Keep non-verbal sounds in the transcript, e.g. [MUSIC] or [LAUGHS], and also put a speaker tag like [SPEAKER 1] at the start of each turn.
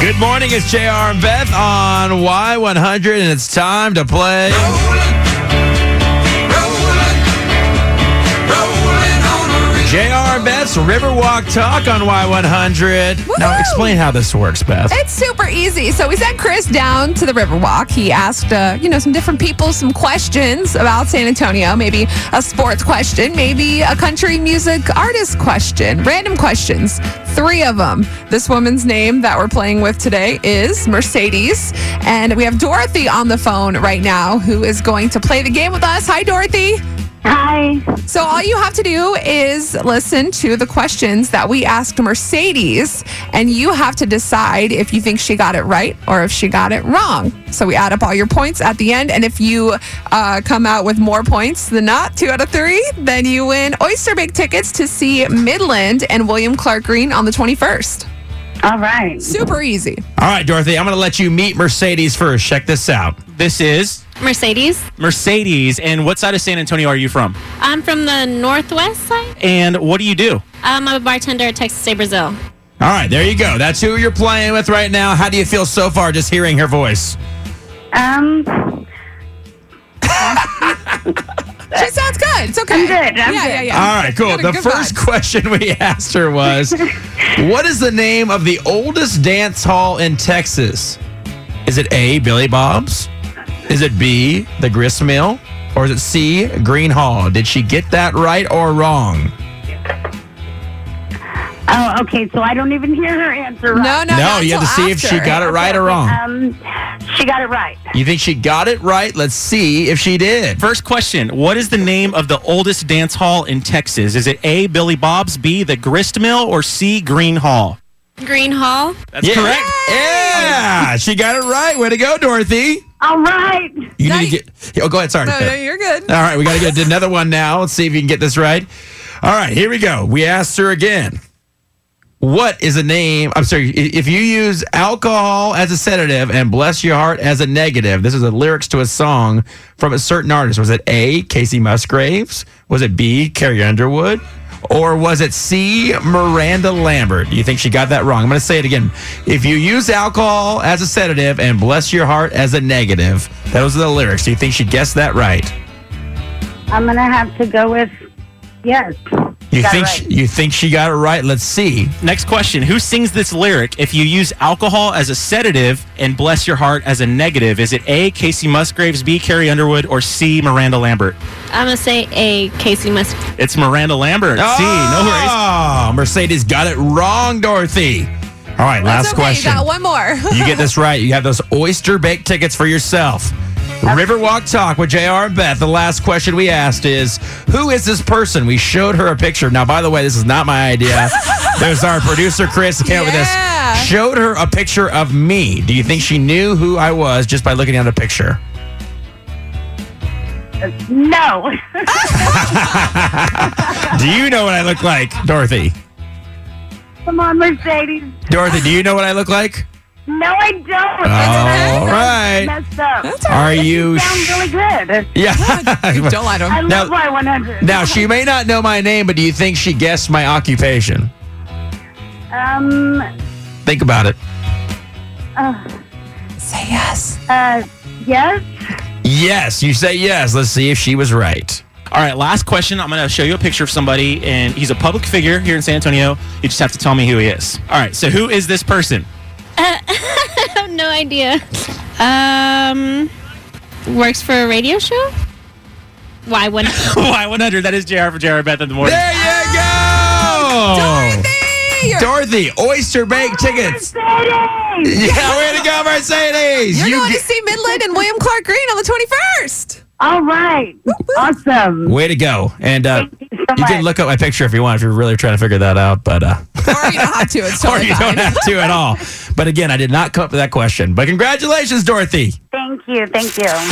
[SPEAKER 1] Good morning, it's JR and Beth on Y100, and it's time to play. JR and Beth's Riverwalk Talk on Y100. Now,
[SPEAKER 2] Woohoo!
[SPEAKER 1] explain how this works, Beth.
[SPEAKER 2] It's super easy. So we sent Chris down to the Riverwalk. He asked, uh, you know, some different people some questions about San Antonio. Maybe a sports question, maybe a country music artist question, random questions. Three of them. This woman's name that we're playing with today is Mercedes, and we have Dorothy on the phone right now, who is going to play the game with us. Hi, Dorothy.
[SPEAKER 3] Hi.
[SPEAKER 2] So all you have to do is listen to the questions that we asked Mercedes, and you have to decide if you think she got it right or if she got it wrong. So we add up all your points at the end, and if you uh, come out with more points than not, two out of three, then you win Oyster Bake tickets to see Midland and William Clark Green on the 21st.
[SPEAKER 3] All right.
[SPEAKER 2] Super easy.
[SPEAKER 1] All right, Dorothy, I'm going to let you meet Mercedes first. Check this out.
[SPEAKER 4] This is
[SPEAKER 5] Mercedes.
[SPEAKER 4] Mercedes. And what side of San Antonio are you from?
[SPEAKER 5] I'm from the northwest side.
[SPEAKER 4] And what do you do?
[SPEAKER 5] Um, I'm a bartender at Texas State Brazil.
[SPEAKER 1] All right, there you go. That's who you're playing with right now. How do you feel so far just hearing her voice?
[SPEAKER 3] Um,
[SPEAKER 2] She sounds good. It's okay. I'm
[SPEAKER 3] good. I'm
[SPEAKER 2] yeah,
[SPEAKER 3] good.
[SPEAKER 2] yeah, yeah.
[SPEAKER 1] All right, cool.
[SPEAKER 2] Got a
[SPEAKER 1] The
[SPEAKER 2] good
[SPEAKER 1] first
[SPEAKER 2] vibe.
[SPEAKER 1] question we [LAUGHS] asked her
[SPEAKER 2] [LAUGHS]
[SPEAKER 1] was What is the name of the oldest dance hall in Texas? Is it A, Billy Bob's? Is it B, the Grist Mill? Or is it C, Green Hall? Did she get that right or wrong?
[SPEAKER 3] oh, okay. So I don't even hear her answer.
[SPEAKER 2] No,
[SPEAKER 3] Right.
[SPEAKER 2] no, not
[SPEAKER 1] you have to
[SPEAKER 2] till
[SPEAKER 1] see if she
[SPEAKER 2] after.
[SPEAKER 1] got it right or wrong.
[SPEAKER 3] Um, she got it right.
[SPEAKER 1] You think she got it right? Let's see if she did.
[SPEAKER 4] First question What is the name of the oldest dance hall in Texas? Is it A, Billy Bob's, B, the Grist Mill, or C, Green Hall?
[SPEAKER 5] Green Hall.
[SPEAKER 4] That's
[SPEAKER 1] Yeah.
[SPEAKER 4] correct.
[SPEAKER 1] Yeah, she got it right. Way to go, Dorothy.
[SPEAKER 3] All right.
[SPEAKER 1] You
[SPEAKER 2] Now
[SPEAKER 1] need
[SPEAKER 2] you-
[SPEAKER 1] to get. Oh, go ahead. Sorry.
[SPEAKER 2] [LAUGHS] No, no, you're good.
[SPEAKER 1] All right, we got to get another one now. Let's see if you can get this right. All right, here we go. We asked her again. What is a name? I'm sorry. i- If you use alcohol as a sedative and bless your heart as a negative, this is the lyrics to a song from a certain artist. Was it A, Casey Musgraves? Was it B, Carrie Underwood? Or was it C, Miranda Lambert? Do you think she got that wrong? I'm going to say it again. If you use alcohol as a sedative and bless your heart as a negative, those are the lyrics. Do you think she guessed that right?
[SPEAKER 3] I'm gonna have to go with yes.
[SPEAKER 1] You
[SPEAKER 3] Got it
[SPEAKER 1] think
[SPEAKER 3] right.
[SPEAKER 1] she, you think she got it right? Let's see.
[SPEAKER 4] Next question Who sings this lyric if you use alcohol as a sedative and bless your heart as a negative? Is it A, Casey Musgraves, B, Carrie Underwood, or C, Miranda Lambert?
[SPEAKER 5] I'm gonna say a Casey must. [LAUGHS]
[SPEAKER 4] It's Miranda Lambert. C, no worries.
[SPEAKER 2] Ah.
[SPEAKER 1] Oh, Mercedes got it wrong, Dorothy. All right, last
[SPEAKER 2] That's okay.
[SPEAKER 1] question.
[SPEAKER 2] You got one more. [LAUGHS]
[SPEAKER 1] You get this right, you have those oyster bake tickets for yourself. Riverwalk Talk with JR and Beth. The last question we asked is Who is this person? We showed her a picture. Now, by the way, this is not my
[SPEAKER 2] [LAUGHS]
[SPEAKER 1] idea. There's our producer, Chris, who came up with
[SPEAKER 2] Yeah.
[SPEAKER 1] this. Showed her a picture of me. Do you think she knew who I was just by looking at a
[SPEAKER 2] [LAUGHS]
[SPEAKER 1] picture?
[SPEAKER 3] No. [LAUGHS]
[SPEAKER 1] Do you know what I look like, Dorothy?
[SPEAKER 3] Come on, Mercedes.
[SPEAKER 1] Dorothy, do you know what I look like?
[SPEAKER 3] No, I don't.
[SPEAKER 1] All
[SPEAKER 3] That
[SPEAKER 1] right.
[SPEAKER 3] sounds Messed up. [LAUGHS]
[SPEAKER 1] Are you?
[SPEAKER 3] Sounds
[SPEAKER 1] Sh-
[SPEAKER 3] really good.
[SPEAKER 1] [LAUGHS] yeah.
[SPEAKER 2] Don't lie to
[SPEAKER 3] I
[SPEAKER 2] him.
[SPEAKER 1] Now-
[SPEAKER 3] love
[SPEAKER 1] [LAUGHS]
[SPEAKER 3] Y100.
[SPEAKER 1] now she may not know my name, but do you think she guessed my occupation?
[SPEAKER 3] Um.
[SPEAKER 1] Think about it.
[SPEAKER 2] Say yes.
[SPEAKER 3] Uh. Yes.
[SPEAKER 1] Yes, you say yes. Let's see if she was right.
[SPEAKER 4] All right, last question. I'm going to show you a picture of somebody, and he's a public figure here in San Antonio. You just have to tell me who he is. All right, so who is this person? [LAUGHS]
[SPEAKER 5] I have no idea. Um, works for a radio show. Why would?
[SPEAKER 4] Y100, that is JR for JR Beth in the morning.
[SPEAKER 1] There you go, Oh.
[SPEAKER 2] Dorothy! You're-
[SPEAKER 1] Dorothy. oyster bake
[SPEAKER 3] Oh,
[SPEAKER 1] tickets. [LAUGHS]
[SPEAKER 3] Mercedes.
[SPEAKER 1] Yeah, way to go, Mercedes.
[SPEAKER 2] You're going
[SPEAKER 1] get-
[SPEAKER 2] to see Midland and William Clark Green on the 21st.
[SPEAKER 3] All right. Awesome.
[SPEAKER 1] way to go, and uh,
[SPEAKER 3] Thank you so
[SPEAKER 1] you can
[SPEAKER 3] much.
[SPEAKER 1] look up my picture if you want. If you're really trying to figure that out, but uh, [LAUGHS]
[SPEAKER 2] Or you don't have to. It's
[SPEAKER 1] or
[SPEAKER 2] totally
[SPEAKER 1] you
[SPEAKER 2] fine.
[SPEAKER 1] don't have to at all. But again, I did not come up with that question. But congratulations, Dorothy.
[SPEAKER 3] Thank you. Thank you.